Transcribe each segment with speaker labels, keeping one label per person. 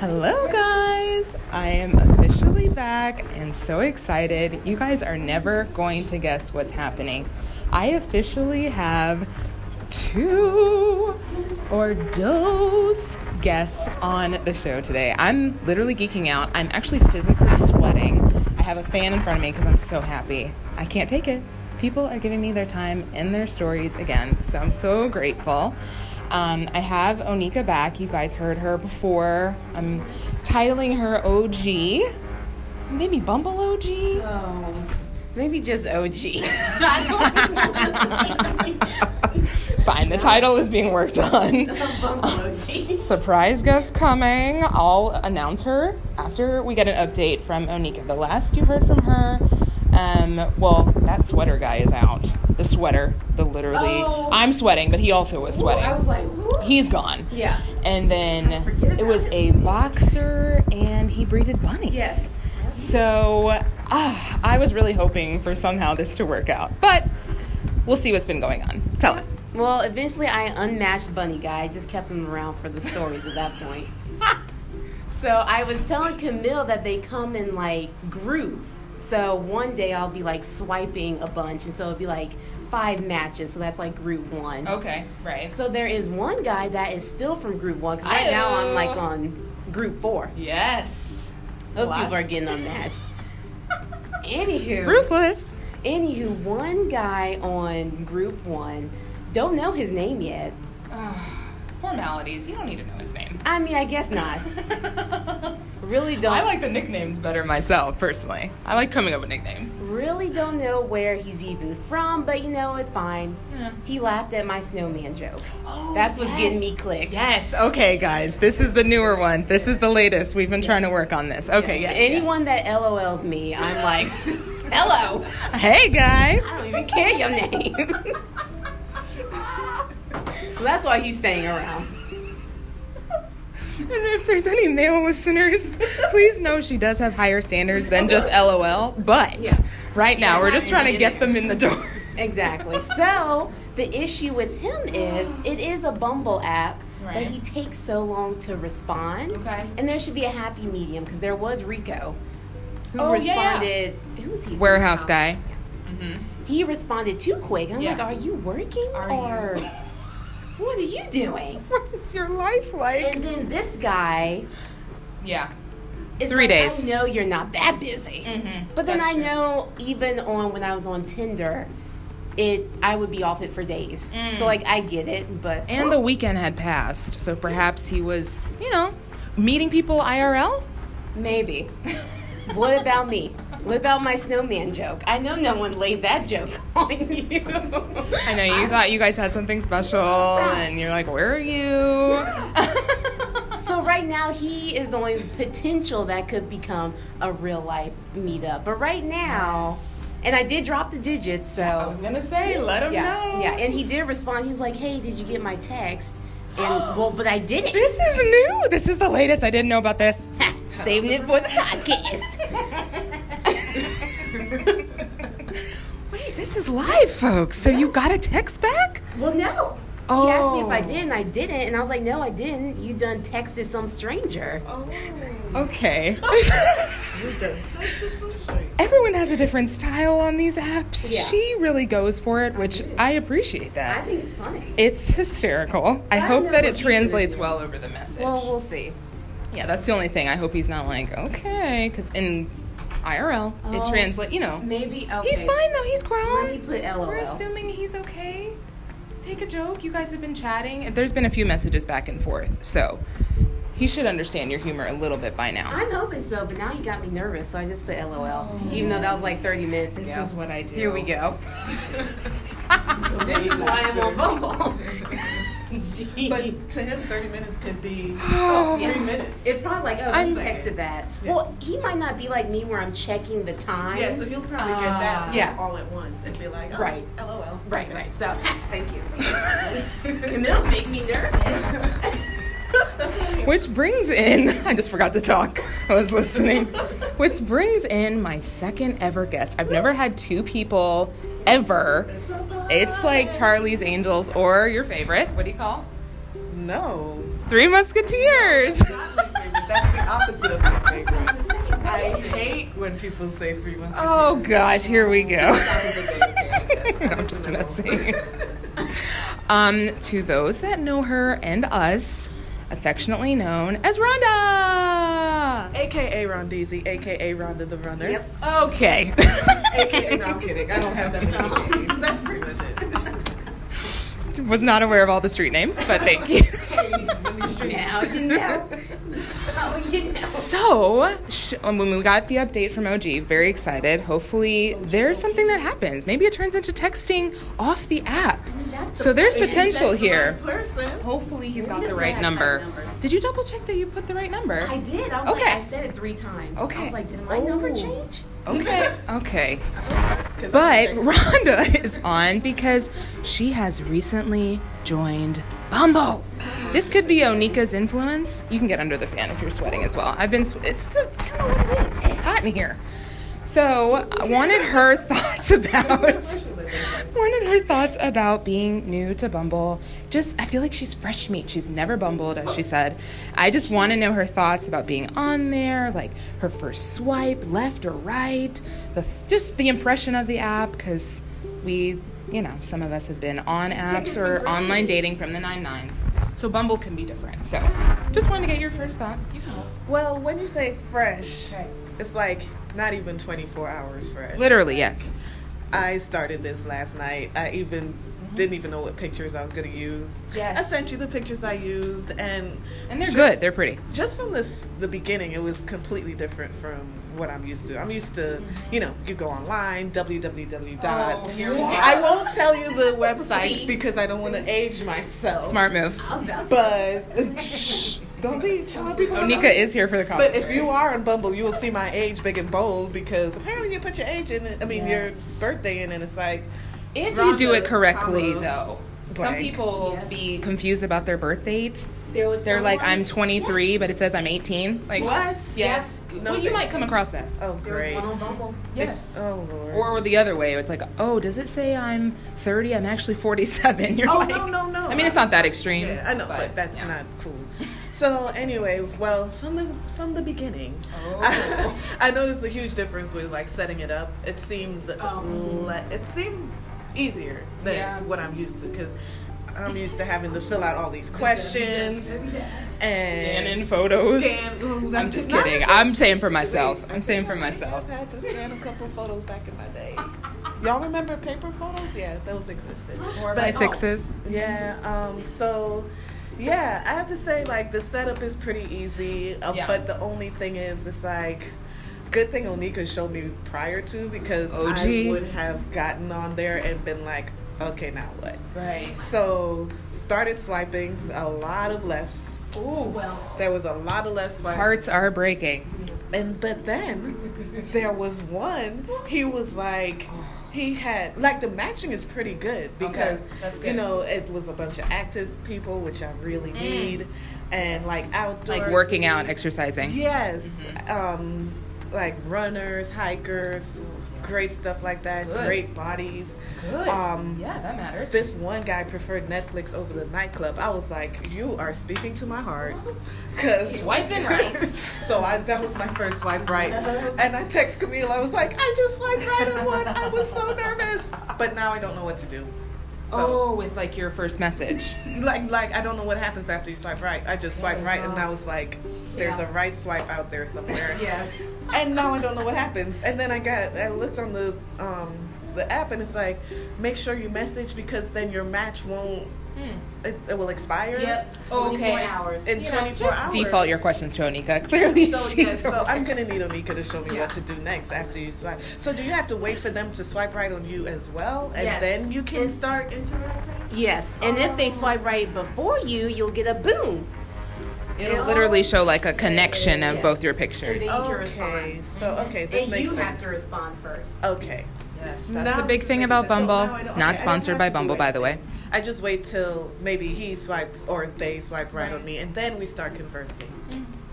Speaker 1: Hello, guys! I am officially back and so excited. You guys are never going to guess what's happening. I officially have two or dos guests on the show today. I'm literally geeking out. I'm actually physically sweating. I have a fan in front of me because I'm so happy. I can't take it. People are giving me their time and their stories again, so I'm so grateful. Um, I have Onika back. You guys heard her before. I'm titling her OG. Maybe Bumble OG? Oh.
Speaker 2: Maybe just OG.
Speaker 1: Fine, the title is being worked on. Surprise guest coming. I'll announce her after we get an update from Onika. The last you heard from her, um, well, that sweater guy is out. The sweater, the literally.
Speaker 2: Oh.
Speaker 1: I'm sweating, but he also was sweating.
Speaker 2: I was like, "Whoa."
Speaker 1: He's gone.
Speaker 2: Yeah.
Speaker 1: And then
Speaker 2: Forget
Speaker 1: it was
Speaker 2: about
Speaker 1: a boxer and he breeded bunnies.
Speaker 2: Yes.
Speaker 1: So ah, I was really hoping for somehow this to work out. But we'll see what's been going on. Tell us.
Speaker 2: Well, eventually I unmatched Bunny Guy. I just kept him around for the stories at that point. so I was telling Camille that they come in like groups. So one day I'll be like swiping a bunch, and so it'll be like five matches. So that's like group one.
Speaker 1: Okay, right.
Speaker 2: So there is one guy that is still from group one. 'cause right now I'm like on group four.
Speaker 1: Yes.
Speaker 2: Those
Speaker 1: Lots.
Speaker 2: people are getting unmatched. Anywho.
Speaker 1: Ruthless.
Speaker 2: Anywho, one guy on group one, don't know his name yet.
Speaker 1: Ah, formalities. You don't need to know his name.
Speaker 2: I mean, I guess not. Really don't.
Speaker 1: I like the nicknames better myself, personally. I like coming up with nicknames.
Speaker 2: really don't know where he's even from, but you know it's fine.
Speaker 1: Yeah.
Speaker 2: He laughed at my snowman joke.
Speaker 1: Oh,
Speaker 2: That's what's getting me clicked.
Speaker 1: Yes, okay, guys. This is the newer one. This is the latest. We've been trying to work on this. Okay, yeah.
Speaker 2: Anyone that LOLs me, I'm like, hello.
Speaker 1: yeah. Hey, guy.
Speaker 2: I don't even care your name. so that's why he's staying around.
Speaker 1: And if there's any male listeners, please know she does have higher standards than just LOL. But
Speaker 2: Yeah.
Speaker 1: right now, we're
Speaker 2: not
Speaker 1: just trying to
Speaker 2: in
Speaker 1: get
Speaker 2: there.
Speaker 1: them in the door.
Speaker 2: Exactly. So the issue with him is it is a Bumble app, but
Speaker 1: Right.
Speaker 2: he takes so long to respond.
Speaker 1: Okay.
Speaker 2: And there should be a happy medium because there was Rico, who
Speaker 1: Oh, yeah, yeah.
Speaker 2: responded. Who was he?
Speaker 1: Warehouse guy.
Speaker 2: He responded too quick. I'm like,
Speaker 1: Yeah.
Speaker 2: are you working
Speaker 1: Are
Speaker 2: or
Speaker 1: you-
Speaker 2: what are you doing?
Speaker 1: What is your life like?
Speaker 2: And then this guy.
Speaker 1: Yeah.
Speaker 2: It's
Speaker 1: Three
Speaker 2: like,
Speaker 1: days.
Speaker 2: I know you're not that busy.
Speaker 1: Mm-hmm.
Speaker 2: But then
Speaker 1: That's
Speaker 2: I
Speaker 1: true.
Speaker 2: know even on when I was on Tinder, it I would be off it for days.
Speaker 1: Mm.
Speaker 2: So like I get it, but
Speaker 1: And the weekend had passed, so perhaps he was, you know, meeting people IRL?
Speaker 2: maybe. what about me? What about my snowman joke? I know no one laid that joke on you.
Speaker 1: I know you thought you guys had something special, and you're like, where are you?
Speaker 2: So right now he is on potential that could become a real life meetup. But right now, and I did drop the digits, so
Speaker 1: gonna say, let him
Speaker 2: Yeah, yeah, and he did respond. He was like, "Hey, did you get my text?" And well, but I didn't.
Speaker 1: This is new. This is the latest. I didn't know about this.
Speaker 2: Saving it for the podcast.
Speaker 1: Wait, this is live, folks. So you got a text back?
Speaker 2: well, no. He asked me if I
Speaker 1: Oh.
Speaker 2: did, and I didn't, and I was like, "No, I didn't. You done texted some stranger."
Speaker 1: Okay. Everyone has a different style on these apps.
Speaker 2: Yeah.
Speaker 1: She really goes for it, which I appreciate
Speaker 2: I
Speaker 1: that.
Speaker 2: think it's funny.
Speaker 1: It's hysterical. I
Speaker 2: I
Speaker 1: hope
Speaker 2: know
Speaker 1: that
Speaker 2: what
Speaker 1: it
Speaker 2: he's
Speaker 1: translates well over the message.
Speaker 2: Well, we'll see.
Speaker 1: yeah, that's the only thing. I hope he's not like, okay, because in IRL, it
Speaker 2: Oh.
Speaker 1: translates, you know.
Speaker 2: Maybe okay.
Speaker 1: He's fine though, he's grown.
Speaker 2: Let me put
Speaker 1: We're
Speaker 2: LOL.
Speaker 1: assuming he's okay. Take a joke. You guys have been chatting. There's been a few messages back and forth, so he should understand your humor a little bit by now.
Speaker 2: I'm hoping so, but now you got me nervous, so I just put LOL, even though that was like 30 minutes ago.
Speaker 1: This is what I do.
Speaker 2: Here we go. this is why I'm on Bumble. Gee.
Speaker 3: But to him, 30 minutes could be
Speaker 1: Oh.
Speaker 3: three minutes.
Speaker 2: It probably like oh
Speaker 1: I'm-
Speaker 2: he texted that.
Speaker 3: Yes.
Speaker 2: Well, he might not be like me where I'm checking the time.
Speaker 3: Yeah, so he'll probably get that
Speaker 2: Uh, yeah.
Speaker 3: all at once and be like, oh,
Speaker 2: Right.
Speaker 3: LOL.
Speaker 2: right,
Speaker 3: Okay.
Speaker 2: right. So thank you. Camille's making me nervous.
Speaker 1: Which brings in, I just forgot to talk. I was listening. Which brings in my second ever guest. I've never had two people ever. It's like Charlie's Angels or your favorite. What do you call?
Speaker 3: No.
Speaker 1: Three Musketeers.
Speaker 3: That That's the opposite of my favorite. I hate when people say three months.
Speaker 1: Oh gosh, here we go.
Speaker 3: I'm
Speaker 1: I'm just messing. um, to those that know her and us, affectionately known as Rhonda.
Speaker 3: AKA Rondeezy, AKA Rhonda the Runner.
Speaker 2: Yep.
Speaker 1: Okay.
Speaker 3: AKA, no, I'm kidding. I don't have that many AKAs. That's pretty much it.
Speaker 1: Was not aware of all the street names, but thank you.
Speaker 3: hey, let me stream.
Speaker 2: Now you know. Oh, you know.
Speaker 1: So, sh- um, when we got the update from OG, very excited. Hopefully, there's something that happens. Maybe it turns into texting off the app.
Speaker 2: that's
Speaker 1: So,
Speaker 2: the
Speaker 1: there's
Speaker 2: plan.
Speaker 1: potential
Speaker 3: That's the
Speaker 1: here.
Speaker 3: right Person.
Speaker 1: Hopefully, he's got
Speaker 2: He
Speaker 1: the
Speaker 2: doesn't
Speaker 1: right
Speaker 2: have
Speaker 1: number.
Speaker 2: time numbers.
Speaker 1: Did you double check that you put the right number?
Speaker 2: I did. I was
Speaker 1: Okay.
Speaker 2: like, I said it three times. I
Speaker 1: Okay.
Speaker 2: was like, did my number
Speaker 3: Oh.
Speaker 2: change?
Speaker 3: Okay.
Speaker 1: Okay.
Speaker 3: 'Cause
Speaker 1: But
Speaker 3: I'm like,
Speaker 1: Rhonda is on because she has recently joined Bumble. This could be Onika's influence. You can get under the fan if you're sweating as well. I've been. sw- It's the. I don't know what it is. It's hot in here. So I wanted her thoughts about. Wanted her thoughts about being new to Bumble. Just, I feel like she's fresh meat. She's never bumbled, as she said. I just want to know her thoughts about being on there, like her first swipe, left or right, the just the impression of the app, because we, you know, some of us have been on apps or online dating from the nine nines. So Bumble can be different. So just wanted to get your first thought. You can go.
Speaker 3: Well, when you say fresh, it's like not even 24 hours fresh.
Speaker 1: Literally, yes.
Speaker 3: I started this last night. I even
Speaker 1: Mm-hmm.
Speaker 3: didn't even know what pictures I was going to use.
Speaker 2: Yes.
Speaker 3: I sent you the pictures I used, and
Speaker 1: And they're good. They're pretty.
Speaker 3: just from this the beginning, it was completely different from what I'm used to. I'm used to,
Speaker 1: Mm-hmm.
Speaker 3: you know, you go online, www.
Speaker 1: Oh,
Speaker 3: dot. I won't tell you the websites because I don't want to age myself.
Speaker 1: Smart move.
Speaker 2: I was about to.
Speaker 3: But don't be telling people.
Speaker 1: Onika is here for the
Speaker 3: But
Speaker 1: commentary.
Speaker 3: if you are on Bumble, you will see my age big and bold because apparently you put your age in. it- I mean, your birthday in, and it's like
Speaker 1: If you do it
Speaker 3: Rhonda,
Speaker 1: correctly,
Speaker 3: comma,
Speaker 1: though, some
Speaker 3: blank.
Speaker 1: people
Speaker 2: Yes.
Speaker 1: be confused about their birth date.
Speaker 2: there was
Speaker 1: They're like,
Speaker 2: someone-
Speaker 1: I'm 23, but it says I'm 18. Like,
Speaker 3: What?
Speaker 1: Yes.
Speaker 3: No
Speaker 1: well, you
Speaker 3: thank
Speaker 1: might
Speaker 3: you.
Speaker 1: come across that.
Speaker 3: oh
Speaker 2: There was
Speaker 3: great.
Speaker 2: one on Bumble.
Speaker 1: Yes.
Speaker 3: Oh lord.
Speaker 1: or the other way, it's like, oh, does it say I'm 30? I'm actually 47. You're
Speaker 3: oh
Speaker 1: like,
Speaker 3: no no no.
Speaker 1: I mean, it's not that extreme.
Speaker 3: Yeah, I know, but, that's
Speaker 1: yeah.
Speaker 3: not cool. So anyway, well, from the from the beginning,
Speaker 1: Oh.
Speaker 3: I noticed a huge difference with like setting it up. It seemed
Speaker 2: Um.
Speaker 3: le- it seemed easier than
Speaker 1: Oh. Yeah.
Speaker 3: what I'm used to because I'm used to having to fill out all these questions
Speaker 1: And in
Speaker 3: and.
Speaker 1: photos.
Speaker 3: Scan- ooh,
Speaker 1: I'm just
Speaker 3: not-
Speaker 1: kidding. I'm saying for myself. I'm saying for myself.
Speaker 3: I've had to scan a couple photos back in my day. Y'all remember paper photos? Yeah, those existed.
Speaker 1: Four
Speaker 3: But- oh.
Speaker 1: by sixes.
Speaker 3: yeah. Um, so, yeah, I have to say, like, the setup is pretty easy. Uh,
Speaker 1: Yeah.
Speaker 3: But the only thing is, it's like, good thing Onika showed me prior to because
Speaker 1: OG.
Speaker 3: I would have gotten on there and been like, okay, now what?
Speaker 1: Right.
Speaker 3: So, started swiping, a lot of lefts.
Speaker 2: Oh well.
Speaker 3: There was a lot of left swiping.
Speaker 1: Hearts are breaking.
Speaker 3: And but then there was one. He was like, he had like the matching is pretty good because
Speaker 1: that's
Speaker 3: you
Speaker 1: good. Mm.
Speaker 3: know it was a bunch of active people, which I really need, and like outdoors,
Speaker 1: Like working out, exercising.
Speaker 3: Yes,
Speaker 1: Mm-hmm.
Speaker 3: um, like runners, hikers, great stuff like that.
Speaker 1: Good.
Speaker 3: Great bodies.
Speaker 1: Good.
Speaker 3: Um,
Speaker 1: yeah, that matters.
Speaker 3: This one guy preferred Netflix over the nightclub. I was like, you are speaking to my heart. Cause
Speaker 1: Swiping right.
Speaker 3: so I, that was my first swipe right. And I text Camille. I was like, I just swiped right on one. I was so nervous. But now I don't know what to do. So,
Speaker 1: Oh, with like your first message.
Speaker 3: Like, like I don't know what happens after you swipe right. I just swipe right, and I was like, there's
Speaker 2: Yeah.
Speaker 3: a right swipe out there somewhere.
Speaker 2: Yes.
Speaker 3: And now I don't know what happens. And then I got, I looked on the, um, the app, and it's like, make sure you message because then your match won't. It, it will expire.
Speaker 2: Hmm. Yep. Oh,
Speaker 1: Okay.
Speaker 2: 24 hours.
Speaker 3: In
Speaker 1: You know,
Speaker 3: 24
Speaker 1: just
Speaker 3: hours.
Speaker 1: default your questions to Onika. Clearly,
Speaker 3: So,
Speaker 1: she's.
Speaker 3: yes, so I'm gonna need Onika to show me
Speaker 1: Yeah.
Speaker 3: what to do next after you swipe. So do you have to wait for them to swipe right on you as well, and
Speaker 2: Yes.
Speaker 3: then you can
Speaker 2: It's-
Speaker 3: start interacting?
Speaker 2: Yes, and if they swipe right before you, you'll get a boom.
Speaker 1: It'll literally show like a connection of
Speaker 2: Yes.
Speaker 1: both your pictures.
Speaker 2: And then- can
Speaker 3: Okay,
Speaker 2: respond.
Speaker 3: so okay, this
Speaker 2: Mm-hmm. and
Speaker 3: makes
Speaker 2: you
Speaker 3: sense.
Speaker 2: have to respond first.
Speaker 3: Okay,
Speaker 1: Yes,
Speaker 3: Now
Speaker 1: that's the big
Speaker 3: this
Speaker 1: thing
Speaker 3: makes
Speaker 1: about
Speaker 3: sense. So now
Speaker 1: Bumble.
Speaker 3: I don't- okay, I
Speaker 1: Not
Speaker 3: don't
Speaker 1: sponsored
Speaker 3: have
Speaker 1: by
Speaker 3: to do
Speaker 1: Bumble, by the way.
Speaker 3: anything. I just wait till maybe he swipes or they swipe right on me, and then we start conversing.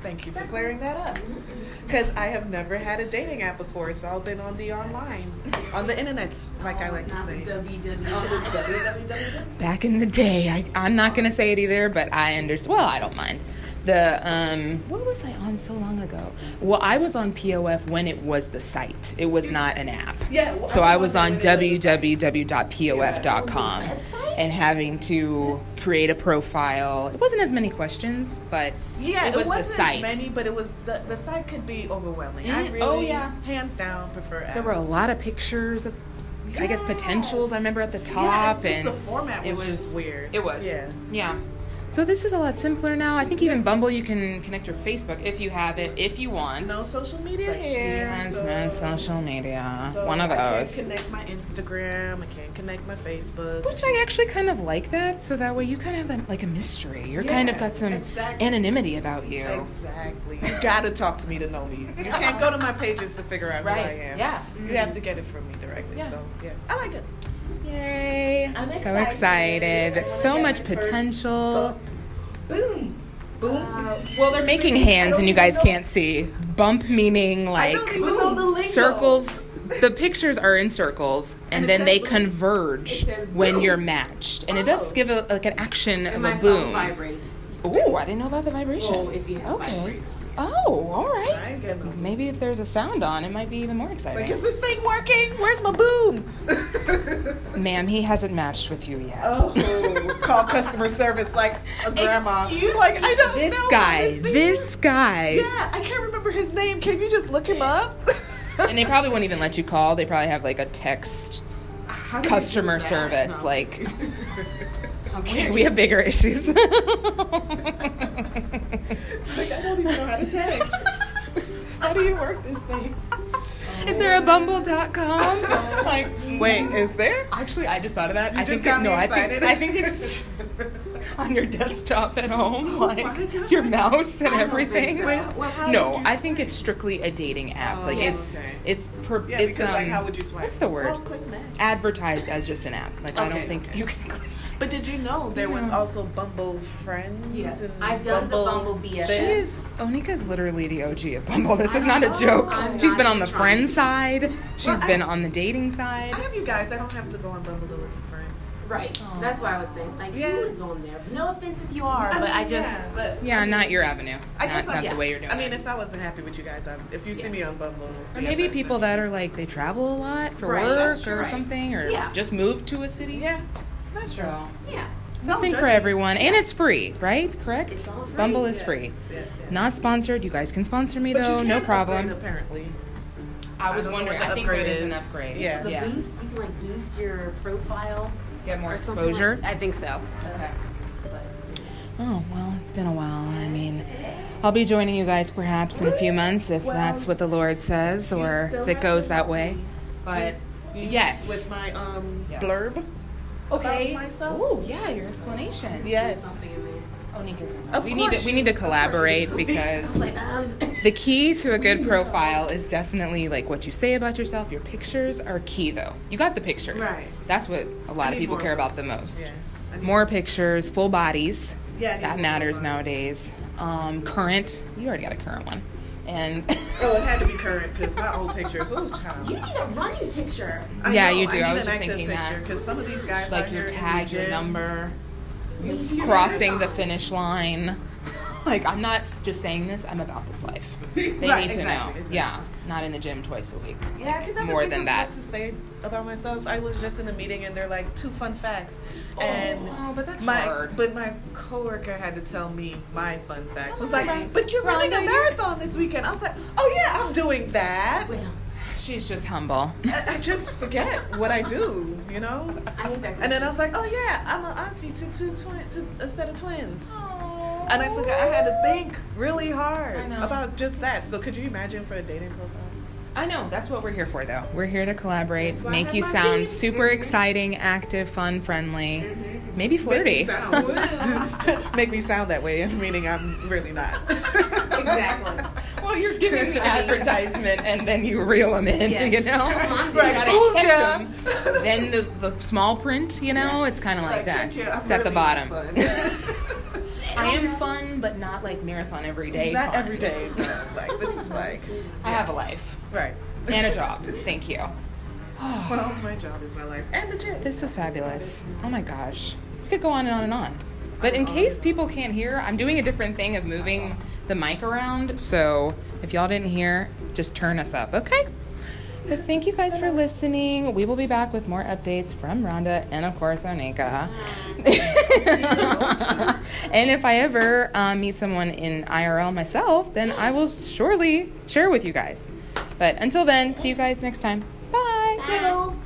Speaker 3: Thank you for clearing that up.
Speaker 1: Mm-hmm.
Speaker 3: Because I have never had a dating app before. It's all been on the online, on the internet, like I like
Speaker 1: Oh,
Speaker 3: to
Speaker 2: Not the E.
Speaker 3: say. Uh-huh.
Speaker 2: www.
Speaker 1: Back in the day, I, I'm not gonna say it either, but I understand. Well, I don't mind. the um, what was I on so long ago? Well, I was on POF when it was the site. It was not an app.
Speaker 3: Yeah, well,
Speaker 1: So I was
Speaker 3: that
Speaker 1: on
Speaker 3: when it was-
Speaker 1: www.pof.com
Speaker 2: Website?
Speaker 1: and having to create a profile. It wasn't as many questions, but
Speaker 3: Yeah,
Speaker 1: it was the
Speaker 3: not
Speaker 1: site.
Speaker 3: as many, but it was the, the site could be overwhelming. I
Speaker 1: Mhm.
Speaker 3: really,
Speaker 1: Oh, yeah.
Speaker 3: hands down, prefer.
Speaker 1: there were a lot of pictures of I guess potentials. I remember at the
Speaker 3: yeah,
Speaker 1: top
Speaker 3: just
Speaker 1: and
Speaker 3: the format
Speaker 1: it
Speaker 3: was,
Speaker 1: was-
Speaker 3: just weird.
Speaker 1: it was.
Speaker 3: Yeah.
Speaker 1: Yeah. So this is a lot simpler now. I think even Bumble you can connect your Facebook if you have it, if you want.
Speaker 3: No social media
Speaker 1: But she
Speaker 3: here.
Speaker 1: has
Speaker 3: so-
Speaker 1: no social media.
Speaker 3: so
Speaker 1: One of
Speaker 3: I
Speaker 1: those.
Speaker 3: can't connect my Instagram. I can't connect my Facebook.
Speaker 1: Which I actually kind of like that, so that way you kind of have like a mystery. You're kind of
Speaker 3: Yeah,
Speaker 1: got some
Speaker 3: exactly.
Speaker 1: anonymity about you.
Speaker 3: Exactly. You gotta talk to me to know me. You can't go to my pages to figure out
Speaker 1: Right,
Speaker 3: who I am.
Speaker 1: yeah.
Speaker 3: You have to get it from me directly.
Speaker 1: Yeah.
Speaker 3: So yeah, I like it.
Speaker 1: Yay! I'm so
Speaker 3: excited.
Speaker 1: excited. So
Speaker 3: I
Speaker 1: much
Speaker 3: wanna get my first
Speaker 1: potential.
Speaker 3: Boom. Boom.
Speaker 1: Well, they're making hands, and you guys can't see. Bump meaning
Speaker 3: I
Speaker 1: like
Speaker 3: don't even know the lingo.
Speaker 1: circles. The pictures are in circles, and,
Speaker 3: And it
Speaker 1: then
Speaker 3: says
Speaker 1: they
Speaker 3: boom.
Speaker 1: converge
Speaker 2: It says
Speaker 1: when
Speaker 2: boom.
Speaker 1: you're matched, and it does
Speaker 2: Oh.
Speaker 1: give a, like an action
Speaker 2: And
Speaker 1: of
Speaker 2: my
Speaker 1: a
Speaker 2: phone
Speaker 1: boom.
Speaker 2: vibrates.
Speaker 1: Ooh, I didn't know about the vibration.
Speaker 2: Well, if you have
Speaker 1: okay.
Speaker 2: vibrator.
Speaker 1: Oh, all
Speaker 3: I
Speaker 1: right.
Speaker 3: ain't getting no.
Speaker 1: Maybe if there's a sound on, it might be even more exciting.
Speaker 3: Like, is this thing working? Where's my boom?
Speaker 1: Ma'am, he hasn't matched with you yet.
Speaker 3: oh, call customer service like a grandma.
Speaker 2: Excuse
Speaker 3: like I don't
Speaker 1: This
Speaker 3: know what
Speaker 1: guy,
Speaker 3: thing
Speaker 1: this
Speaker 3: is.
Speaker 1: guy.
Speaker 3: Yeah, I can't remember his name. Can you just look him up?
Speaker 1: And they probably wouldn't even let you call. They probably have like a text
Speaker 3: How do you do
Speaker 1: customer
Speaker 3: that?
Speaker 1: service.
Speaker 3: No.
Speaker 1: Like, okay, we have bigger issues.
Speaker 3: Like, I don't even know how to text. how do you work this thing?
Speaker 1: Is there a bumble.com? like,
Speaker 3: Wait, is there?
Speaker 1: actually, I just thought of that.
Speaker 3: You
Speaker 1: I
Speaker 3: just
Speaker 1: think
Speaker 3: got
Speaker 1: it,
Speaker 3: me
Speaker 1: no,
Speaker 3: excited.
Speaker 1: I think I think it's on your desktop at home, like
Speaker 3: Oh, God.
Speaker 1: your mouse and
Speaker 2: I don't think
Speaker 1: everything.
Speaker 2: so.
Speaker 3: Wait, well, how
Speaker 1: no,
Speaker 3: would you
Speaker 1: I think it's strictly a dating app.
Speaker 3: Oh,
Speaker 1: like it's
Speaker 3: okay.
Speaker 1: it's per,
Speaker 3: Yeah,
Speaker 1: it's
Speaker 3: because
Speaker 1: um,
Speaker 3: like, how would you swipe?
Speaker 1: what's the word?
Speaker 3: Well, click next.
Speaker 1: advertised as just an app. Like I
Speaker 3: Okay,
Speaker 1: don't think
Speaker 3: okay.
Speaker 1: you can. click.
Speaker 3: But did you know there was
Speaker 1: Yeah.
Speaker 3: also Bumble Friends?
Speaker 2: Yes.
Speaker 3: and
Speaker 2: I've done the Bumble BFF.
Speaker 1: She
Speaker 3: this?
Speaker 1: is Onika is literally the OG of Bumble. This is
Speaker 2: I
Speaker 1: not a
Speaker 2: know.
Speaker 1: joke.
Speaker 2: I'm
Speaker 1: She's
Speaker 2: not
Speaker 1: been on the friend
Speaker 2: trying to-
Speaker 1: side. She's
Speaker 3: I-
Speaker 1: been on the dating side.
Speaker 3: I have you guys. I don't have to go on Bumble to look for friends.
Speaker 2: Right.
Speaker 1: Oh.
Speaker 2: That's why I was saying, like,
Speaker 3: Yeah.
Speaker 2: who is on there? No offense if you are, but
Speaker 3: mean,
Speaker 2: I just.
Speaker 3: yeah, but
Speaker 1: Yeah, not your avenue.
Speaker 3: I
Speaker 1: not
Speaker 3: guess I-
Speaker 1: not
Speaker 2: yeah.
Speaker 1: the way you're doing.
Speaker 3: I mean,
Speaker 1: it.
Speaker 3: if I wasn't happy with you guys, I, if you see
Speaker 2: Yeah.
Speaker 3: me on Bumble,
Speaker 1: Or maybe
Speaker 3: BFFs,
Speaker 1: people
Speaker 3: then-
Speaker 1: that are like they travel a lot for
Speaker 2: Right, that's
Speaker 1: work or
Speaker 2: true.
Speaker 1: something, or
Speaker 2: Yeah.
Speaker 1: just moved to a city.
Speaker 3: Yeah, that's true.
Speaker 1: So,
Speaker 2: Yeah.
Speaker 3: No
Speaker 1: something for
Speaker 3: judges.
Speaker 1: everyone, and it's free, right? Correct.
Speaker 2: It's all free,
Speaker 1: Bumble is
Speaker 3: Yes,
Speaker 1: free.
Speaker 3: yes, yes.
Speaker 1: Not sponsored. You guys can sponsor me
Speaker 3: But you
Speaker 1: though, no
Speaker 3: can upgrade,
Speaker 1: problem.
Speaker 3: Apparently,
Speaker 1: I was
Speaker 3: don't know
Speaker 1: wondering.
Speaker 3: what the
Speaker 1: I think there
Speaker 3: upgrade
Speaker 1: is an
Speaker 3: is.
Speaker 1: upgrade.
Speaker 3: Yeah.
Speaker 2: The boost, you can, like, boost your profile.
Speaker 1: Get more
Speaker 2: or something like-
Speaker 1: exposure.
Speaker 2: I think so.
Speaker 1: Oh, well, it's been a while. I mean, I'll be joining you guys perhaps in a few months if that's what the Lord says or
Speaker 3: still
Speaker 1: if it
Speaker 3: have
Speaker 1: goes
Speaker 3: to
Speaker 1: that
Speaker 3: help
Speaker 1: way. But yes.
Speaker 3: with my um
Speaker 1: Yes.
Speaker 3: blurb.
Speaker 1: Okay.
Speaker 3: about myself?
Speaker 1: Oh, yeah, your explanation.
Speaker 2: Something
Speaker 3: Yes.
Speaker 2: in there.
Speaker 1: Oh, Nika.
Speaker 3: Of
Speaker 1: we need
Speaker 3: course
Speaker 1: to, we need to collaborate because
Speaker 2: Like, um.
Speaker 1: the key to a good profile is definitely like what you say about yourself. Your pictures are key though. You got the pictures.
Speaker 3: Right.
Speaker 1: That's what a lot of
Speaker 3: need
Speaker 1: people
Speaker 3: more
Speaker 1: care
Speaker 3: of
Speaker 1: about the most.
Speaker 3: Yeah. I need-
Speaker 1: More pictures, full bodies.
Speaker 3: Yeah, I need
Speaker 1: that
Speaker 3: more
Speaker 1: matters
Speaker 3: bodies.
Speaker 1: nowadays. Um, current, you already got a current one, and
Speaker 3: Oh, it had to be current because my old pictures. Oh, child.
Speaker 2: You need a running picture.
Speaker 3: I
Speaker 1: Yeah,
Speaker 3: know,
Speaker 1: you do.
Speaker 3: I,
Speaker 1: I
Speaker 3: need
Speaker 1: was
Speaker 3: an
Speaker 1: just
Speaker 3: active
Speaker 1: thinking that.
Speaker 3: picture because some of these guys out
Speaker 1: like
Speaker 3: here
Speaker 1: your
Speaker 3: in the
Speaker 1: tag, your
Speaker 3: gym-
Speaker 1: number,
Speaker 2: Maybe you're
Speaker 1: crossing
Speaker 2: not.
Speaker 1: the finish line. like I'm not just saying this; I'm about this life. They
Speaker 3: Right,
Speaker 1: need to
Speaker 3: exactly,
Speaker 1: know.
Speaker 3: exactly.
Speaker 1: Yeah, not in the gym twice a week.
Speaker 3: Yeah, I can never
Speaker 1: more
Speaker 3: think
Speaker 1: than
Speaker 3: of
Speaker 1: that.
Speaker 3: what to say about myself. I was just in a meeting and they're like two fun facts, and
Speaker 1: Oh, but that's
Speaker 3: my
Speaker 1: hard.
Speaker 3: but my coworker had to tell me my fun facts. was
Speaker 1: on,
Speaker 3: like,
Speaker 1: right.
Speaker 3: but you're
Speaker 1: Wrong
Speaker 3: running a
Speaker 1: lady.
Speaker 3: marathon this weekend. I was like, oh yeah, I'm doing that.
Speaker 2: Well,
Speaker 1: She's just humble.
Speaker 3: I I just forget what I do, you know.
Speaker 2: I hate that.
Speaker 3: And then I was like, oh yeah, I'm an auntie to two twin to a set of twins. And I forgot I had to think really
Speaker 1: I
Speaker 3: hard
Speaker 1: know.
Speaker 3: about just that. So could you imagine for a dating profile?
Speaker 1: I know. That's what we're here for, though. We're here to collaborate,
Speaker 3: That's why I
Speaker 1: make
Speaker 3: have
Speaker 1: you
Speaker 3: my
Speaker 1: sound
Speaker 3: team.
Speaker 1: super exciting, active, fun, friendly, maybe flirty.
Speaker 3: Mm-hmm. Make me sound, make me sound that way, meaning I'm really not.
Speaker 2: Exactly.
Speaker 1: Well, you're giving the advertisement and then you reel them in,
Speaker 2: Yes.
Speaker 1: you know?
Speaker 2: Right.
Speaker 1: You gotta
Speaker 3: Fooled
Speaker 1: catch
Speaker 3: ya.
Speaker 1: 'em. Then the, the small print, you know, it's kind of like, that.
Speaker 3: "Ginger, I'm
Speaker 1: it's at the
Speaker 3: really not
Speaker 1: bottom.
Speaker 3: fun."
Speaker 1: I am fun, but not like marathon every day.
Speaker 3: not
Speaker 1: fun.
Speaker 3: every day. no. Like this is like
Speaker 1: I have a life
Speaker 3: right.
Speaker 1: and a job. Thank you.
Speaker 3: Well, my job is my life and the gym.
Speaker 1: This was fabulous. Oh my gosh. We could go on and on and on. But in case people can't hear, I'm doing a different thing of moving the mic around. So if y'all didn't hear, just turn us up, okay? But thank you guys for listening. We will be back with more updates from Rhonda and, of course, Onika. and if I ever uh, meet someone in IRL myself, then I will surely share with you guys. But until then, see you guys next time. Bye.
Speaker 2: Toodle.